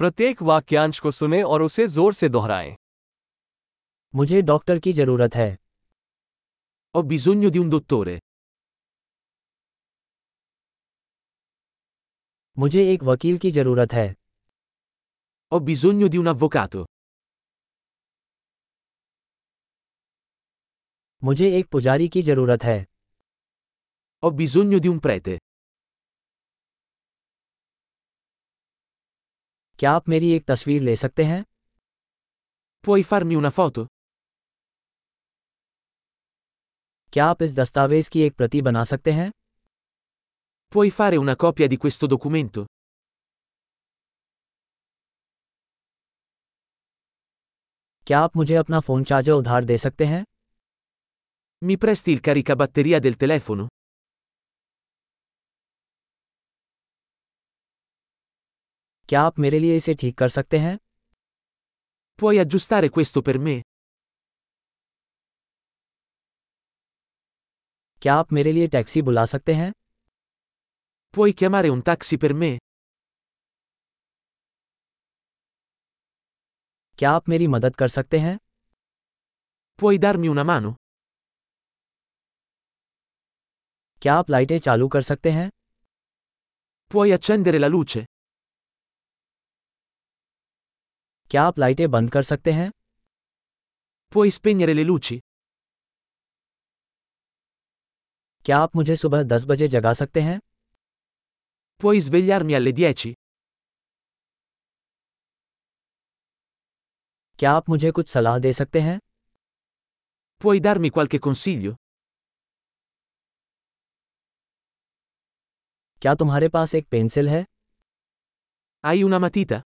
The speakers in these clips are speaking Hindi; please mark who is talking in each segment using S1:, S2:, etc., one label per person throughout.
S1: प्रत्येक वाक्यांश को सुने और उसे जोर से दोहराएं
S2: मुझे डॉक्टर की जरूरत है
S3: Ho bisogno di un dottore.
S2: मुझे एक वकील की जरूरत है
S3: Ho bisogno di un avvocato.
S2: मुझे एक पुजारी की जरूरत है
S3: Ho bisogno di un prete.
S2: क्या आप मेरी एक तस्वीर ले सकते हैं
S3: Puoi farmi una foto?
S2: क्या आप इस दस्तावेज की एक प्रति बना सकते हैं
S3: Puoi fare una copia di questo documento?
S2: क्या आप मुझे अपना फोन चार्जर उधार दे सकते हैं
S3: Mi presti il caricabatteria del telefono?
S2: क्या आप मेरे लिए इसे ठीक कर सकते हैं
S3: Puoi aggiustare questo per me?
S2: क्या आप मेरे लिए टैक्सी बुला सकते हैं
S3: Puoi chiamare un taxi per me?
S2: क्या आप मेरी मदद कर सकते हैं
S3: Puoi darmi una mano?
S2: क्या आप लाइटें चालू कर सकते हैं
S3: Puoi accendere la luce?
S2: क्या आप लाइटें बंद कर सकते हैं
S3: Puoi spegnere le luci?
S2: क्या आप मुझे सुबह दस बजे जगा सकते हैं
S3: Puoi svegliarmi alle 10?
S2: क्या आप मुझे कुछ सलाह दे सकते हैं
S3: Puoi darmi qualche consiglio?
S2: क्या तुम्हारे पास एक पेंसिल है
S3: Hai una matita?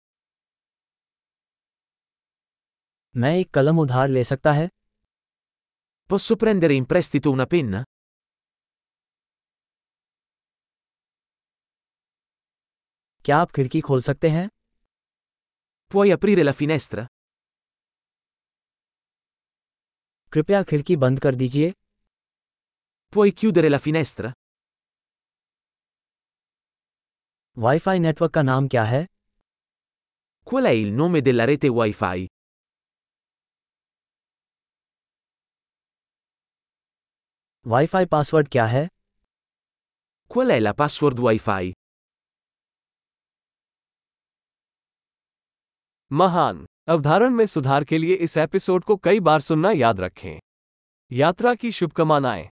S2: मैं एक कलम उधार ले सकता है
S3: Posso prendere in prestito una penna?
S2: क्या आप खिड़की खोल सकते हैं
S3: Puoi aprire la finestra?
S2: कृपया खिड़की बंद कर दीजिए
S3: Puoi chiudere la finestra?
S2: WiFi network का नाम क्या है
S3: Qual è il nome della rete Wi-Fi?
S2: WiFi password क्या है
S3: Qual è la password Wi-Fi?
S1: महान अवधारण में सुधार के लिए इस एपिसोड को कई बार सुनना याद रखें यात्रा की शुभकामनाएं